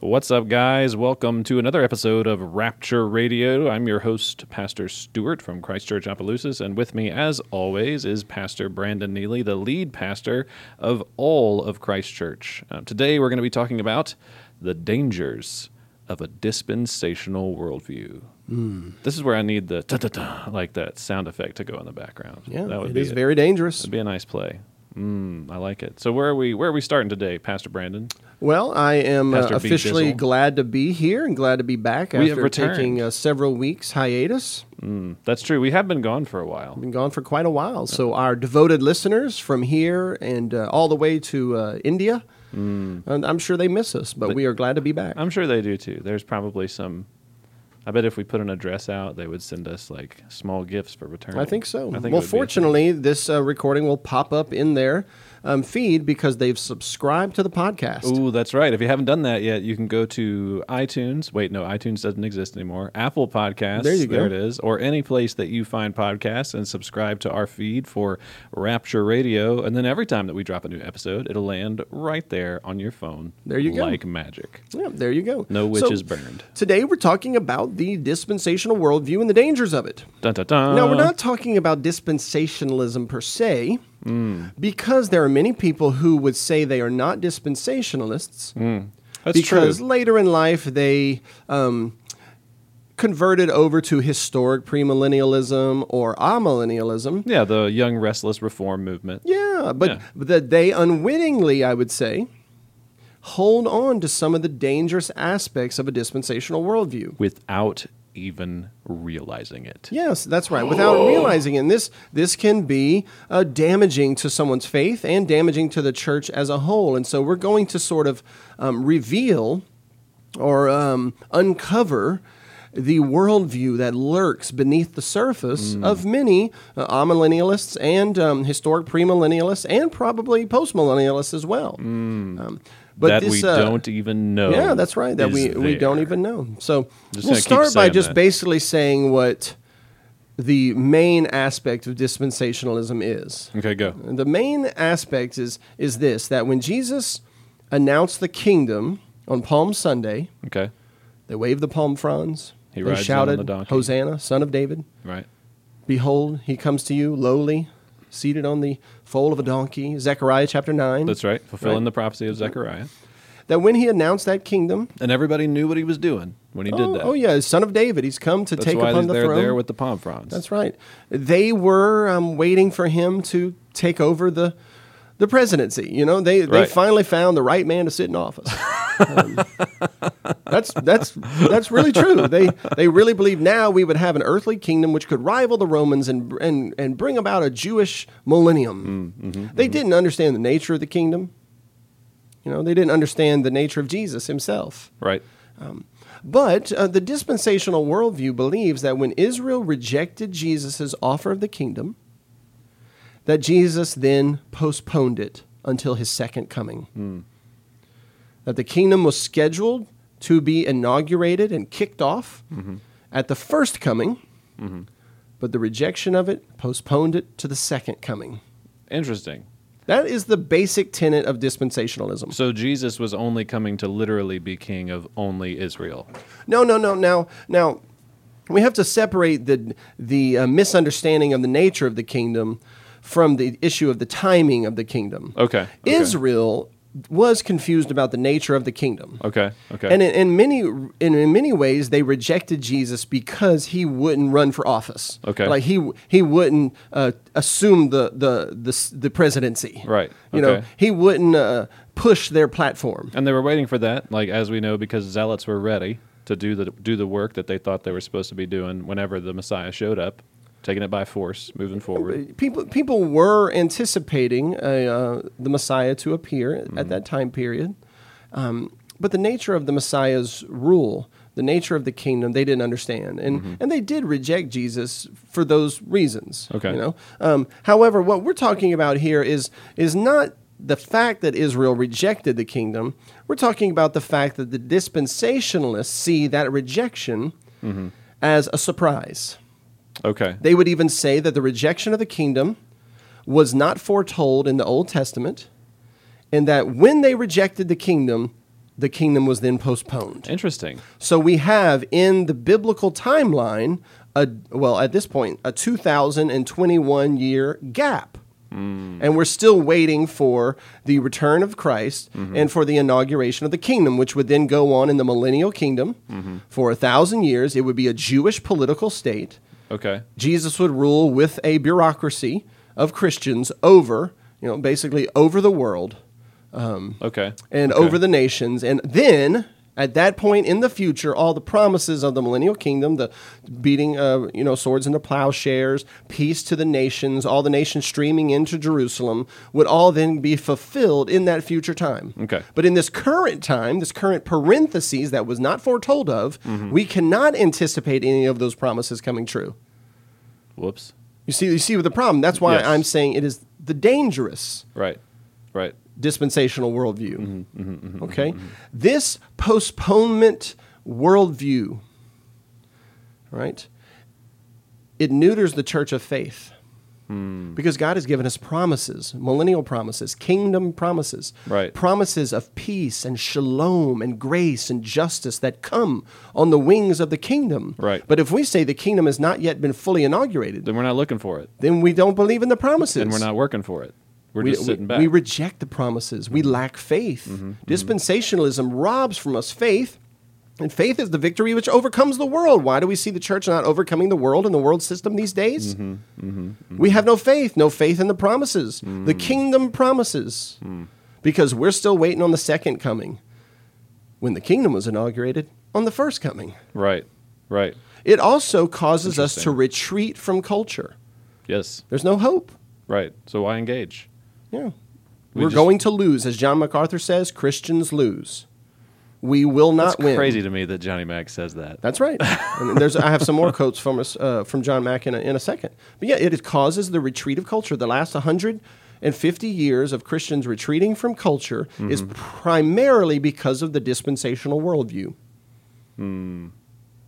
What's up, guys? Welcome to another episode of Rapture Radio. I'm your host, Pastor Stewart from Christchurch Opelousas, and with me, as always, is Pastor Brandon Neely, the lead pastor of all of Christchurch. Uh, today, we're going to be talking about the dangers of a dispensational worldview. Hmm. This is where I need the ta-ta-ta, like that sound effect to go in the background. Yeah, that would it be is it. very dangerous. That'd be a nice play. Mm, I like it. So where are we? Where are we starting today, Pastor Brandon? Well, I am uh, Pastor B. officially Dizzle. glad to be here and glad to be back We have after returned. taking uh, several weeks hiatus. Hmm, That's true. We have been gone for a while. Been gone for quite a while. So our devoted listeners from here and uh, all the way to uh, India, and I'm sure they miss us, but, we are glad to be back. Hmm. I'm sure they do too. There's probably some. I bet if we put an address out, they would send us like small gifts for return. I think so. I think it would well, be a fortunately, this uh, recording will pop up in their um, feed because they've subscribed to the podcast. thing. Ooh, that's right. If you haven't done that yet, you can go to iTunes. Wait, no, iTunes doesn't exist anymore. Apple Podcasts. There you go. There it is. Or any place that you find podcasts and subscribe to our feed for Rapture Radio. And then every time that we drop a new episode, it'll land right there on your phone. There you go. Like magic. Yeah, there you go. No So witches burned. Today we're talking about the dispensational worldview and the dangers of it. Dun, dun, dun. Now, we're not talking about dispensationalism per se, Mm. because there are many people who would say they are not dispensationalists. Mm. That's because true. later in life they um, converted over to historic premillennialism or amillennialism. Yeah, the young restless reform movement. Yeah, but Yeah. that they unwittingly, I would say, hold on to some of the dangerous aspects of a dispensational worldview. without even realizing it. Yes, that's right. Oh. Without realizing it, and this this can be uh, damaging to someone's faith and damaging to the church as a whole. And so we're going to sort of um, reveal or um, uncover the worldview that lurks beneath the surface Mm. of many uh, amillennialists and um, historic premillennialists and probably postmillennialists as well. Um, Mm. that this, we uh, don't even know. yeah, that's right. That is we, we don't there. even know. So Just we'll gonna keep start by saying just that. basically saying what the main aspect of dispensationalism is. Okay, go. The main aspect is is this that when Jesus announced the kingdom on Palm Sunday, Okay, they waved the palm fronds. He they rides in on shouted, the donkey. "Hosanna, Son of David! right. Behold, he comes to you lowly, seated on the foal of a donkey." Zechariah chapter nine. That's right. Fulfilling Right. the prophecy of Zechariah, That when he announced that kingdom, and everybody knew what he was doing when he oh, did that. oh yeah, Son of David, he's come to that's take why upon the they're throne. there with the palm fronds. That's right. They were um, waiting for him to take over the the presidency. You know, they they Right. finally found the right man to sit in office. Um, that's that's that's really true. They they really believe now we would have an earthly kingdom which could rival the Romans and and and bring about a Jewish millennium. they didn't understand the nature of the kingdom. You know, they didn't understand the nature of Jesus himself. right. But uh, the dispensational worldview believes that when Israel rejected Jesus' offer of the kingdom, that Jesus then postponed it until his second coming. That the kingdom was scheduled to be inaugurated and kicked off at the first coming, but the rejection of it postponed it to the second coming. Interesting. That is the basic tenet of dispensationalism. So Jesus was only coming to literally be king of only Israel. No, no, no. Now, now, we have to separate the the uh, misunderstanding of the nature of the kingdom from the issue of the timing of the kingdom. Okay, okay. Israel was confused about the nature of the kingdom. Okay. Okay. And in, in many in, in many ways, they rejected Jesus because he wouldn't run for office. Okay. like he he wouldn't uh, assume the, the the s- the presidency. Right, You know, okay. he wouldn't uh, push their platform. And they were waiting for that, like as we know, because zealots were ready to do the do the work that they thought they were supposed to be doing whenever the Messiah showed up, taking it by force, moving forward. Uh, people people were anticipating a, uh, the Messiah to appear at that time period, um, but the nature of the Messiah's rule, the nature of the kingdom, they didn't understand, and and they did reject Jesus for those reasons. Okay. you know. Um, however, what we're talking about here is is not. The fact that Israel rejected the kingdom, we're talking about the fact that the dispensationalists see that rejection as a surprise. Okay. They would even say that the rejection of the kingdom was not foretold in the Old Testament, and that when they rejected the kingdom, the kingdom was then postponed. Interesting. So we have in the biblical timeline, a, well, at this point, a 2021 year gap. And we're still waiting for the return of Christ and for the inauguration of the kingdom, which would then go on in the millennial kingdom for a thousand years. It would be a Jewish political state. Okay. Jesus would rule with a bureaucracy of Christians over, you know, basically over the world Okay. and Okay. over the nations. And then at that point in the future, all the promises of the millennial kingdom, the beating, uh, you know, swords into plowshares, peace to the nations, all the nations streaming into Jerusalem, would all then be fulfilled in that future time. Okay. But in this current time, this current parentheses that was not foretold of, Mm-hmm. we cannot anticipate any of those promises coming true. Whoops. You see, you see the problem. That's why Yes. I'm saying it is the dangerous Right. Right. dispensational worldview. Mm-hmm, okay? This postponement worldview, right? It neuters the church of faith. Hmm. Because God has given us promises, millennial promises, kingdom promises, Right. promises of peace and shalom and grace and justice that come on the wings of the kingdom. Right. But if we say the kingdom has not yet been fully inaugurated, Then we're not looking for it. then we don't believe in the promises Then we're not working for it. We're just sitting back. Mm-hmm, we reject the promises. We lack faith. Dispensationalism robs from us faith, and faith is the victory which overcomes the world. Why do we see the church not overcoming the world and the world system these days? Mm-hmm, We have no faith, no faith in the promises, Mm. the kingdom promises, because we're still waiting on the second coming when the kingdom was inaugurated on the first coming. right. Right. It also causes us to Interesting. retreat from culture. Yes. There's no hope. Right. So why engage? Yeah. We We are just- going to lose. As John MacArthur says, Christians lose. We will That's not win. crazy to me that Johnny Mac says that. That's right. and there's, I have some more quotes from us, uh, from John Mack in a, in a second. But yeah, it causes the retreat of culture. The last 150 years of Christians retreating from culture Mm-hmm. is primarily because of the dispensational worldview.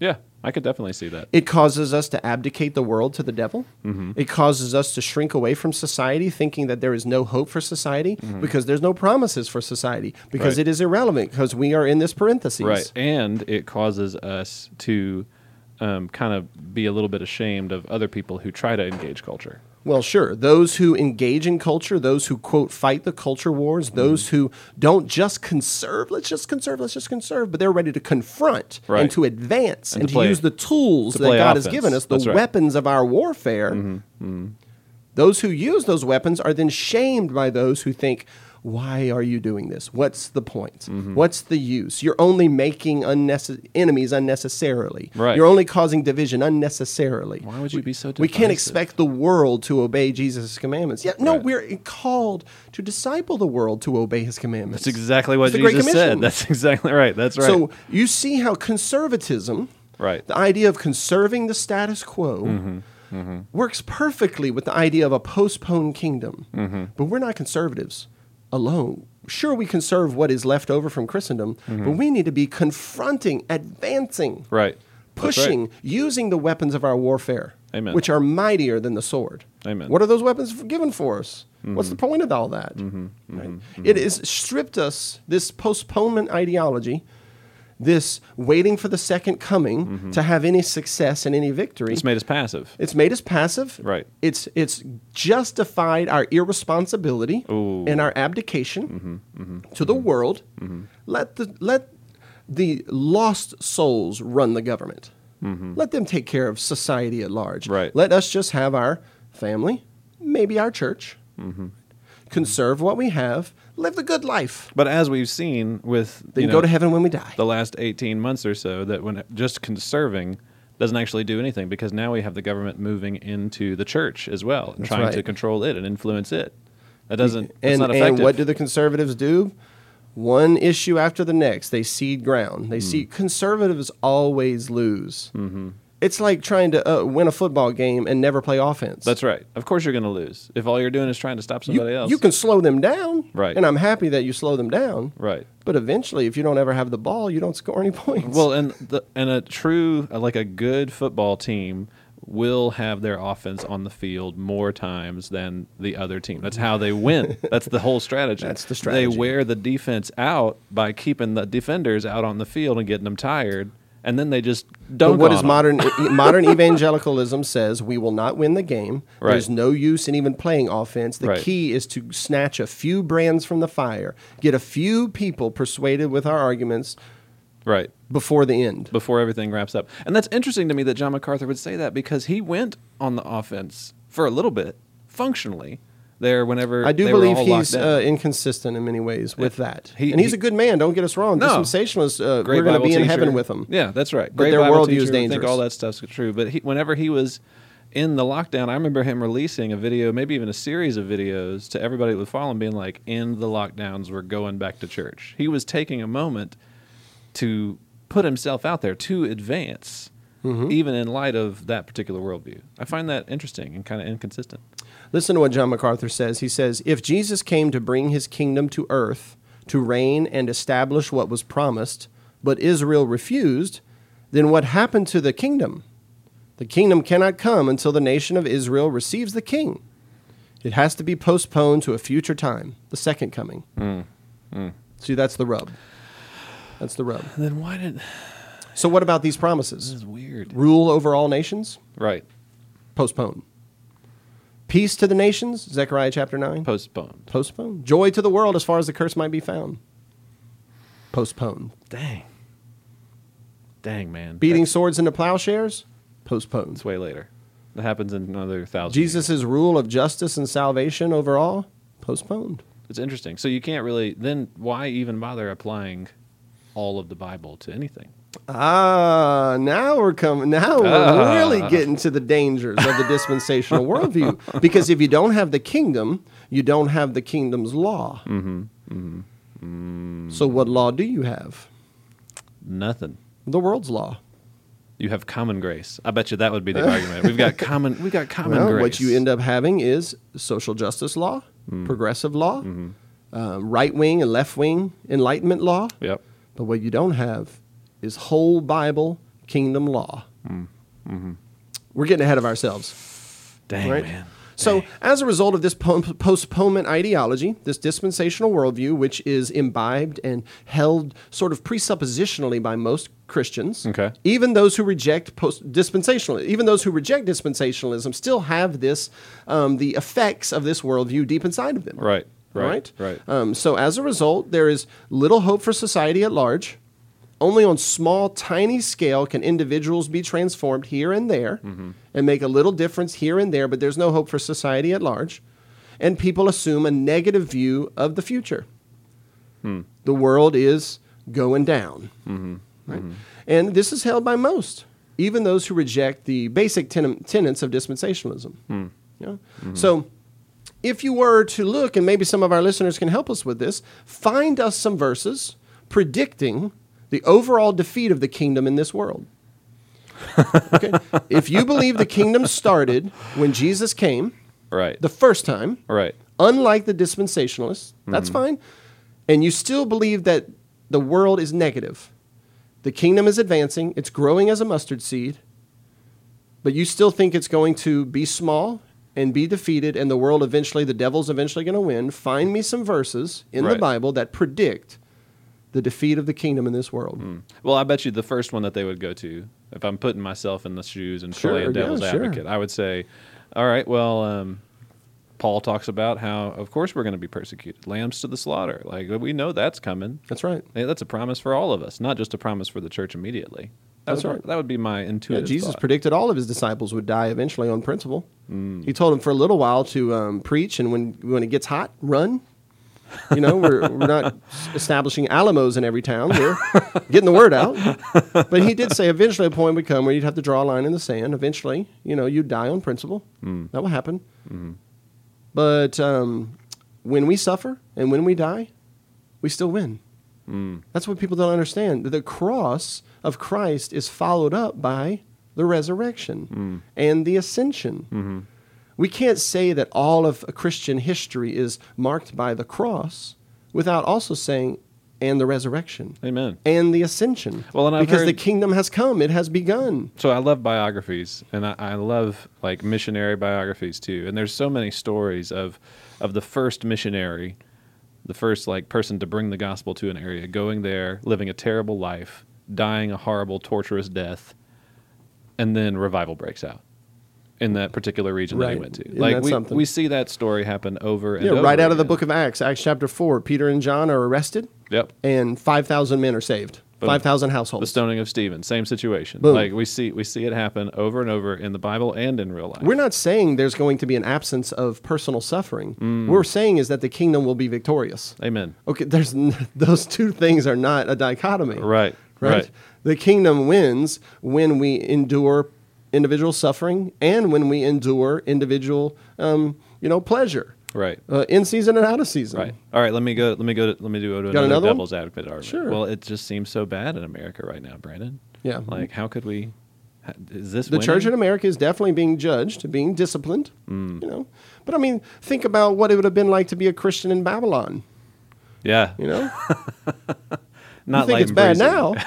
Yeah, I could definitely see that. It causes us to abdicate the world to the devil. Mm-hmm. It causes us to shrink away from society, thinking that there is no hope for society because there's no promises for society, because Mm-hmm. Right. it is irrelevant, because we are in this parentheses. Right. And it causes us to um, kind of be a little bit ashamed of other people who try to engage culture. Well, sure. Those who engage in culture, those who, quote, fight the culture wars, Mm-hmm. those who don't just conserve, let's just conserve, let's just conserve, but they're ready to confront Right. and to advance and, And to to, play- use the tools to that play God has offense. given us, the That's right. Mm-hmm. weapons of our warfare. Those who use those weapons are then shamed by those who think, why are you doing this? What's the point? Mm-hmm. What's the use? You're only making unnecess- enemies unnecessarily. Right. You're only causing division unnecessarily. Why would you be so We can't divisive? expect the world to obey Jesus' commandments. Yeah, no, Right. we're called to disciple the world to obey his commandments. That's exactly what It's the Great Jesus Commission. said. That's exactly right. That's right. So you see how conservatism, Right. Mm-hmm. the idea of conserving the status quo, works perfectly with the idea of a postponed kingdom. Mm-hmm. But we're not conservatives alone. Sure, we conserve what is left over from Christendom, Mm-hmm. but we need to be confronting, advancing, right. That's right. pushing, using the weapons of our warfare, Amen. which are mightier than the sword. Amen. Mm-hmm. What are those weapons f- given for us? What's the point of all that? Right? It has stripped us this postponement ideology, this waiting for the second coming Mm-hmm. to have any success and any victory. It's made us passive. It's made us passive. Right. It's it's justified our irresponsibility Ooh. Mm-hmm, and our abdication to the world. Let the let the lost souls run the government. Let them take care of society at large. Mm-hmm. Right. Let us just have our family, maybe our church. Mm-hmm. Conserve what we have. Live the good life. But as we've seen with Then you know, go to heaven when we die. the last 18 months or so, that when just conserving doesn't actually do anything because now we have the government moving into the church as well and trying to right. control it and influence it. That doesn't. it's and, not effective. and what do the conservatives do? One issue after the next, they cede ground. Hmm. They see conservatives always lose. Mm-hmm. It's like trying to uh, win a football game and never play offense. That's right. Of course, you're going to lose if all you're doing is trying to stop you, somebody else. you can slow them down, Right. And I'm happy that you slow them down, Right. But eventually, if you don't ever have the ball, you don't score any points. Well, and the, and a true uh, like a good football team will have their offense on the field more times than the other team. That's how they win. That's the whole strategy. That's the strategy. They wear the defense out by keeping the defenders out on the field and getting them tired, and then they just But don't. what is modern e-, modern evangelicalism says we will not win the game. Right. There's no use in even playing offense. The Right. key is to snatch a few brands from the fire, get a few people persuaded with our arguments right? before the end. before everything wraps up. And that's interesting to me that John MacArthur would say that because he went on the offense for a little bit, functionally, there whenever I do they believe were all locked he's down. uh, inconsistent in many ways with that, He- and he's he- a good man. Don't get us wrong. No. Dispensationalists, uh, Great we're going to Bible be in teacher. heaven with him. Yeah, that's right. But Great their Bible worldview is teacher. I think dangerous. all that stuff's true. But he, whenever he was in the lockdown, I remember him releasing a video, maybe even a series of videos to everybody that would follow him, being like, "In the lockdowns, we're going back to church." He was taking a moment to put himself out there to advance. Mm-hmm. Even in light of that particular worldview, I find that interesting and kind of inconsistent. Listen to what John MacArthur says. He says, If Jesus came to bring his kingdom to earth, to reign and establish what was promised, but Israel refused, then what happened to the kingdom? The kingdom cannot come until the nation of Israel receives the king. It has to be postponed to a future time, the second coming. See, that's the rub. That's the rub. Then why did So, what about these this promises? is weird? Rule over all nations? Right, Postpone. Peace to the nations? Zechariah chapter 9? postponed. Postpone. Joy to the world as far as the curse might be found. Postpone. Dang, dang man, Beating swords into plowshares. Postpone. It's way later. That happens in another thousand. years. Jesus' rule of justice and salvation overall. Postponed. It's interesting. So you can't really then why even bother applying all of the Bible to anything? Ah, now we're coming. Now we're Ah. really getting to the dangers of the dispensational worldview. Because if you don't have the kingdom, you don't have the kingdom's law. Mm-hmm. So, what law do you have? Nothing. The world's law. You have common grace. I bet you that would be the argument. We've got common. We got common Well, grace. what you end up having is social justice law, progressive law, uh, right wing and left wing enlightenment law. Yep. But what you don't have is whole Bible kingdom law. We're getting ahead of ourselves. Dang Right. man. So, Dang. as a result of this po- postponement ideology, this dispensational worldview, which is imbibed and held sort of presuppositionally by most Christians, Okay. even those who reject post dispensational, even those who reject dispensationalism, still have this, um, the effects of this worldview deep inside of them. Right. All Right. Right. Um, so as a result, there is little hope for society at large. Only on small, tiny scale can individuals be transformed here and there Mm-hmm. and make a little difference here and there, but there's no hope for society at large. And people assume a negative view of the future. Hmm. The world is going down. Mm-hmm, Right? And this is held by most, even those who reject the basic tenem- tenets of dispensationalism. Hmm. Yeah? Mm-hmm. So, if you were to look, and maybe some of our listeners can help us with this, find us some verses predicting the overall defeat of the kingdom in this world. okay? If you believe the kingdom started when Jesus came right. the first time, right. unlike the dispensationalists, that's fine. And you still believe that the world is negative. The kingdom is advancing, it's growing as a mustard seed, but you still think it's going to be small and be defeated, and the world eventually, the devil's eventually going to win. Find me some verses in the Right. Bible that predict the defeat of the kingdom in this world. Well, I bet you the first one that they would go to, if I'm putting myself in the shoes and Sure, playing yeah, devil's sure. advocate, I would say, all right, well, um, Paul talks about how, of course, we're going to be persecuted, lambs to the slaughter. Like we know that's coming. That's right. Hey, that's a promise for all of us, not just a promise for the church immediately. That That's would- right. That would be my Yeah, intuitive. Jesus thought. predicted all of his disciples would die eventually on principle. He told them for a little while to um, preach, and when when it gets hot, run. You know, we're, we're not establishing Alamos in every town. We're getting the word out. But he did say eventually a point would come where you'd have to draw a line in the sand. Eventually, you know, you'd die on principle. That will happen. But um, when we suffer and when we die, we still win. That's what people don't understand. The cross of Christ is followed up by the Mm. resurrection and the ascension. Mm-hmm. We can't say that all of Christian history is marked by the cross without also saying and the resurrection Amen. and the ascension. Well, and I've because the heard- kingdom has come, it has begun. So I love biographies, and I, I love like missionary biographies too. And there's so many stories of of the first missionary, the first like person to bring the gospel to an area, going there, living a terrible life, dying a horrible, torturous death, and then revival breaks out in that particular region that he Right. went to. Isn't like that we, something? we see that story happen over and Yeah, over right out of the again. book of Acts, Acts chapter 4, Peter and John are arrested, Yep. and 5,000 men are saved, Boom. 5,000 The households. stoning of Stephen, same situation. Boom. Like we see, we see it happen over and over in the Bible and in real life. We're not saying there's going to be an absence of personal suffering. We're saying is that the kingdom will be victorious. Amen. Okay, there's n- those two things are not a dichotomy. Right. right? Right. The kingdom wins when we endure individual suffering and when we endure individual, um, you know, pleasure, Right. uh, in season and out of season. Right. All right. Let me go. Let me go. To, let me do another, another one? devil's advocate argument. Sure. Well, it just seems so bad in America right now, Brandon. Yeah. Like, how could we? ha- Is this the church in winning? America is definitely being judged, being disciplined. You know, but I mean, think about what it would have been like to be a Christian in Babylon. Yeah. You know, Not you think light it's and bad breezy. now.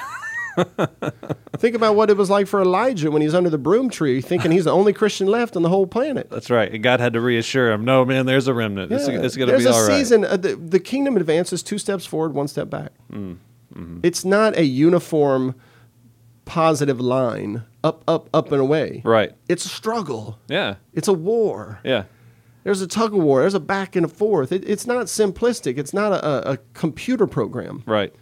think about what it was like for Elijah when he's under the broom tree, thinking he's the only Christian left on the whole planet. That's right. And God had to reassure him. No, man. There's a remnant. It's, Yeah. it's gonna There's be a all right. season. uh, the, the kingdom advances two steps forward, one step back. Mm-hmm. It's not a uniform, positive line up, up, up, and away. Right. It's a struggle. Yeah. It's a war. Yeah. There's a tug of war. There's a back and a forth. It, it's not simplistic. It's not a, a, a computer program, Right.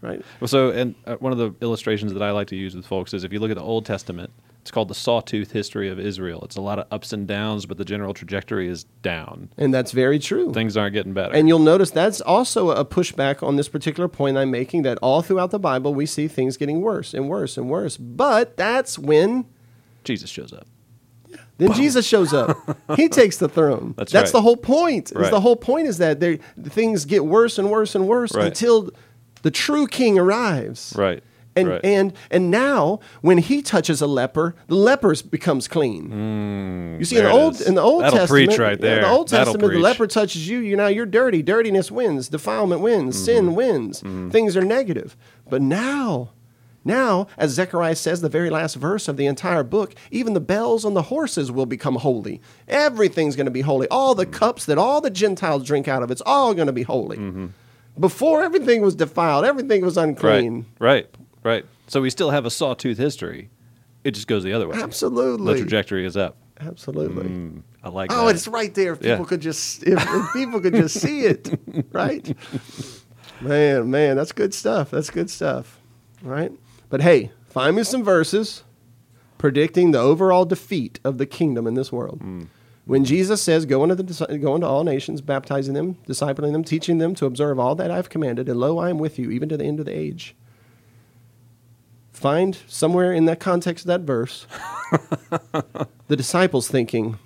right? Well, so and uh, one of the illustrations that I like to use with folks is if you look at the Old Testament, it's called the Sawtooth History of Israel. It's a lot of ups and downs, but the general trajectory is down. And that's very true. Things aren't getting better. And you'll notice that's also a pushback on this particular point I'm making that all throughout the Bible we see things getting worse and worse and worse. But that's when Jesus shows up. Then Jesus shows up. he takes the throne. That's right. the whole point. Is Right. The whole point is that they- things get worse and worse and worse Right. until the true king arrives. Right. And, right. and and now when he touches a leper, the leper becomes clean. you see Mm, there in the it old is. in the Old That'll Testament, preach right yeah, there. the Old That'll Testament, the preach. leper touches you, you now you're dirty. Dirtiness wins, defilement wins, Mm-hmm. sin wins. Things are negative. But now, now as Zechariah says, the very last verse of the entire book, even the bells on the horses will become holy. Everything's going to be holy. All Mm-hmm. the cups that all the Gentiles drink out of, it's all going to be holy. Mm-hmm. Before everything was defiled, everything was unclean. Right, right, right. So we still have a sawtooth history. It just goes the other way. Absolutely. The trajectory is up. Absolutely. I like Oh, that. it's right there. If Yeah. people could just if, if people could just see it, right? Man, man, that's good stuff. That's good stuff. Right? But hey, find me some verses predicting the overall defeat of the kingdom in this world. When Jesus says, "Go into the dis- go into all nations, baptizing them, discipling them, teaching them to observe all that I've commanded, and lo, I am with you even to the end of the age." Find somewhere in that context of that verse the disciples thinking,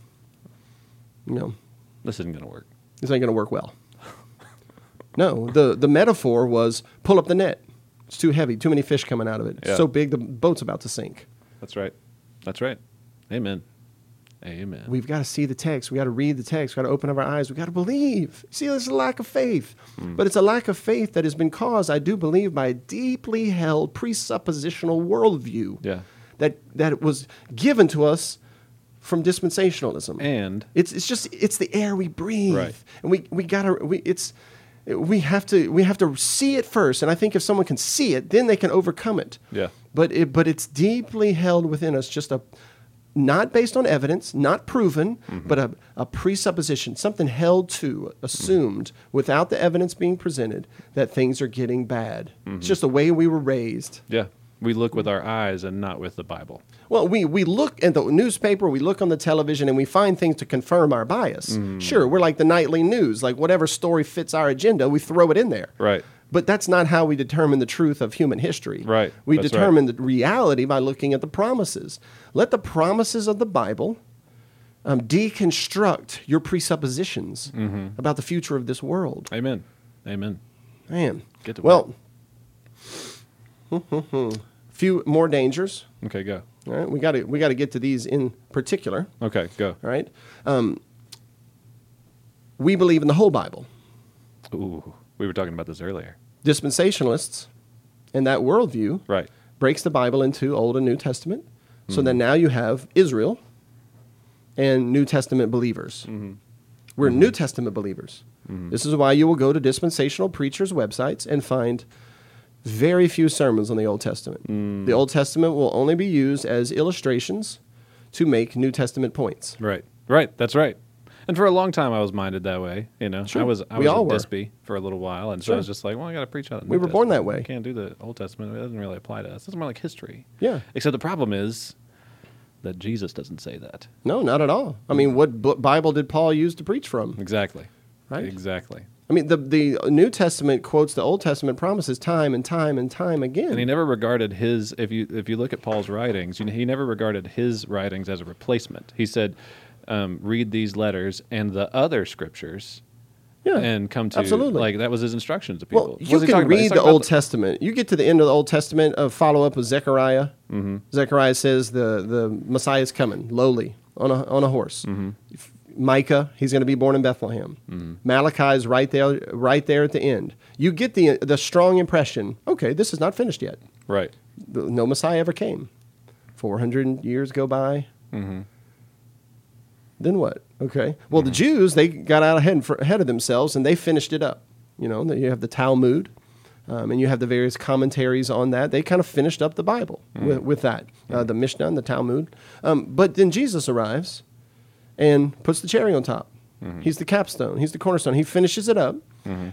you know, This isn't going to work. this ain't going to work well. No, the, the metaphor was pull up the net. It's too heavy, too many fish coming out of it. It's Yeah. so big, the boat's about to sink. That's right. That's right. Amen. Amen. We've got to see the text. we got to read the text. we got to open up our eyes. we got to believe. See, there's a lack of faith. Mm. But it's a lack of faith that has been caused, I do believe, by a deeply held presuppositional worldview Yeah. that, that was given to us from dispensationalism. and It's it's just it's the air we breathe, Right. and we we gotta we it's we have to we have to see it first. And I think if someone can see it, then they can overcome it. Yeah. But it but it's deeply held within us, just a not based on evidence, not proven, Mm-hmm. but a, a presupposition, something held to, assumed, Mm-hmm. without the evidence being presented, that things are getting bad. Mm-hmm. It's just the way we were raised. yeah, we look with our eyes and not with the Bible. Well, we, we look at the newspaper, we look on the television, and we find things to confirm our bias. Mm. Sure, we're like the nightly news. Like whatever story fits our agenda, we throw it in there. Right. But that's not how we determine the truth of human history. Right, We that's right. determine the reality by looking at the promises. Let the promises of the Bible um, deconstruct your presuppositions Mm-hmm. about the future of this world. Amen. Amen. Man. Get to well, few more dangers. Okay, go. All right, we got to we got to get to these in particular. Okay, go. All right, um, we believe in the whole Bible. Ooh, we were talking about this earlier. Dispensationalists and that worldview Right. breaks the Bible into Old and New Testament. So then now you have Israel and New Testament believers. We're New Testament believers. This is why you will go to dispensational preachers' websites and find very few sermons on the Old Testament. The Old Testament will only be used as illustrations to make New Testament points. Right. Right. That's right. And for a long time, I was minded that way. You know, Sure. I was I We was all a were. dispy for a little while, and so I was just like, well, I got to preach out. of the We New were born that Testament. way. We can't do the Old Testament. It doesn't really apply to us. It's more like history. Yeah. Except the problem is that Jesus doesn't say that. No, not at all. I mean, what bu- Bible did Paul use to preach from? Exactly. Right. Exactly. I mean, the, the New Testament quotes the Old Testament promises time and time and time again. And he never regarded his if you if you look at Paul's writings, you know, he never regarded his writings as a replacement. He said, um, "Read these letters and the other scriptures, yeah. and come to absolutely. like that was his instructions to people." Well, What you was he talking can about? He's read the talking about Old Testament. You get to the end of the Old Testament, a follow up with Zechariah. Mm-hmm. Zechariah says the, the Messiah is coming, lowly, on a, on a horse. Mm-hmm. F- Micah, he's going to be born in Bethlehem. Malachi is right there, right there at the end. You get the, the strong impression okay, this is not finished yet. right. The- No Messiah ever came. 400 years go by. Then what? Okay. Well, the Jews, they got out ahead, ahead of themselves and they finished it up. You know, you have the Talmud um, and you have the various commentaries on that. They kind of finished up the Bible with, with that, uh, the Mishnah and the Talmud. Um, but then Jesus arrives and puts the cherry on top. He's the capstone, he's the cornerstone. He finishes it up.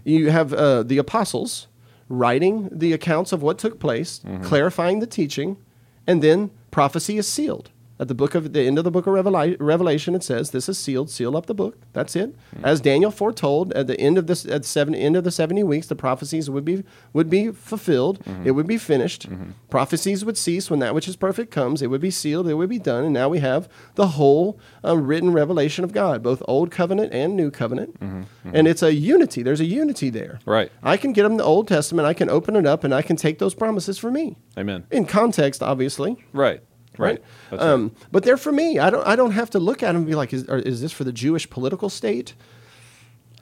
You have uh, the apostles writing the accounts of what took place, clarifying the teaching, and then prophecy is sealed. At the book of the end of the book of Revela- Revelation, it says, "This is sealed. Seal up the book. That's it." As Daniel foretold, at the end of this, at seven end of the seventy weeks, the prophecies would be would be fulfilled. It would be finished. Prophecies would cease when that which is perfect comes. It would be sealed. It would be done. And now we have the whole uh, written revelation of God, both old covenant and new covenant. And it's a unity. There's a unity there. Right. I can get them the Old Testament. I can open it up, and I can take those promises for me. Amen. In context, obviously Right. Right. That's right. um, But they're for me. I don't. I don't have to look at them and be like, is, are, is this for the Jewish political state,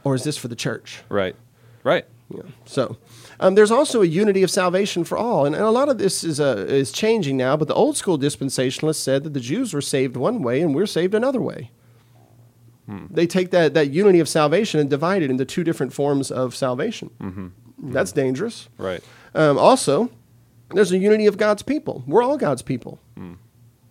or is this for the church? Right. Right. Yeah. So um, there's also a unity of salvation for all, and, and a lot of this is uh, is changing now. But the old school dispensationalists said that the Jews were saved one way and we're saved another way. Hmm. They take that that unity of salvation and divide it into two different forms of salvation. Mm-hmm. That's dangerous. Right. Um, also, there's a unity of God's people. We're all God's people. Hmm.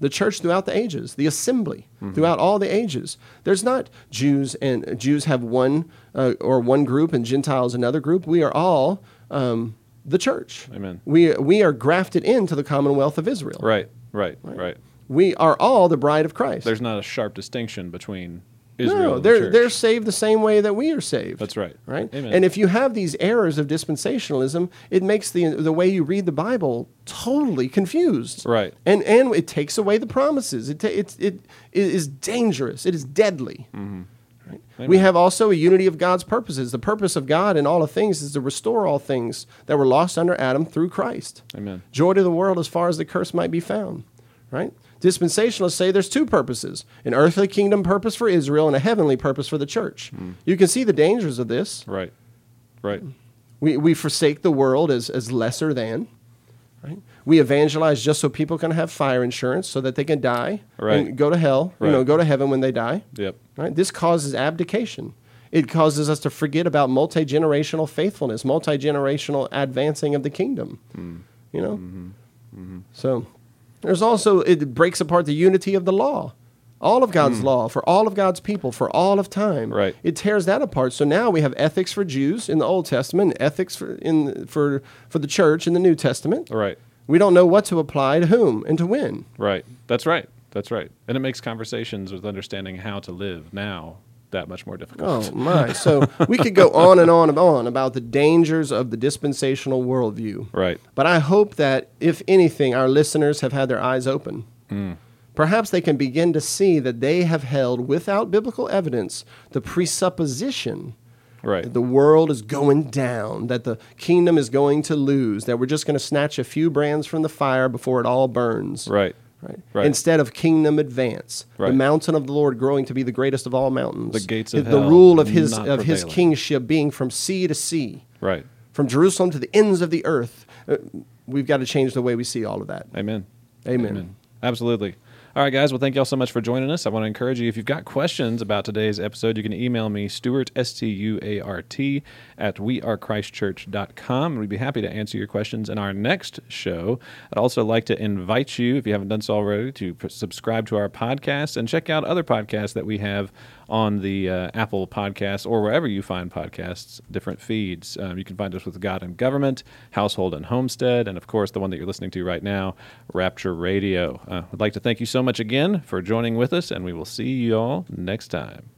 The church throughout the ages, the assembly throughout all the ages. There's not Jews and Jews have one uh, or one group and Gentiles another group. We are all um, the church. Amen. We we are grafted into the commonwealth of Israel. Right. Right. Right. We are all the bride of Christ. There's not a sharp distinction between Israel. no, and they're the church. they're saved the same way that we are saved. That's right. Right? Amen. And if you have these errors of dispensationalism, it makes the the way you read the Bible totally confused. Right. And and it takes away the promises. It ta- it's it, it is dangerous. It is deadly. Right? We Mm-hmm. Amen. have also a unity of God's purposes. The purpose of God in all of things is to restore all things that were lost under Adam through Christ. Amen. Joy to the world as far as the curse might be found. Right? Dispensationalists say there's two purposes an earthly kingdom purpose for Israel and a heavenly purpose for the church. You can see the dangers of this. right. Right. Hmm. We, we forsake the world as, as lesser than. Right? We evangelize just so people can have fire insurance so that they can die Right. and go to hell, you know, Right. go to heaven when they die. Yep. Right? This causes abdication. It causes us to forget about multi generational faithfulness, multi generational advancing of the kingdom. Hmm. You know? Mm-hmm. So there's also, it breaks apart the unity of the law. All of God's law for all of God's people for all of time. Hmm. Right. It tears that apart. So now we have ethics for Jews in the Old Testament, and ethics for in for for the church in the New Testament. Right. We don't know what to apply to whom and to when. Right. That's right. That's right. And it makes conversations with understanding how to live now that much more difficult. Oh my! So we could go on and on and on about the dangers of the dispensational worldview. Right. But I hope that, if anything, our listeners have had their eyes open. Perhaps they can begin to see that they have held, without biblical evidence, the presupposition Right. that the world is going down, that the kingdom is going to lose, that we're just going to snatch a few brands from the fire before it all burns. right. Right. Right. Instead of kingdom advance, the Right. mountain of the Lord growing to be the greatest of all mountains, The gates of the hell rule of his not of his prevailing. kingship being from sea to sea, Right. from Jerusalem to the ends of the earth. Uh, We've got to change the way we see all of that. Amen. Amen. Absolutely. All right, guys. Well, thank you all so much for joining us. I want to encourage you, if you've got questions about today's episode, you can email me, Stuart, S-T-U-A-R-T, at wearechristchurch.com. We'd be happy to answer your questions in our next show. I'd also like to invite you, if you haven't done so already, to p- subscribe to our podcast and check out other podcasts that we have on the uh, Apple Podcasts or wherever you find podcasts, different feeds. Um, you can find us with God and Government, Household and Homestead, and of course, the one that you're listening to right now, Rapture Radio. Uh, I'd like to thank you so much again for joining with us, and we will see you all next time.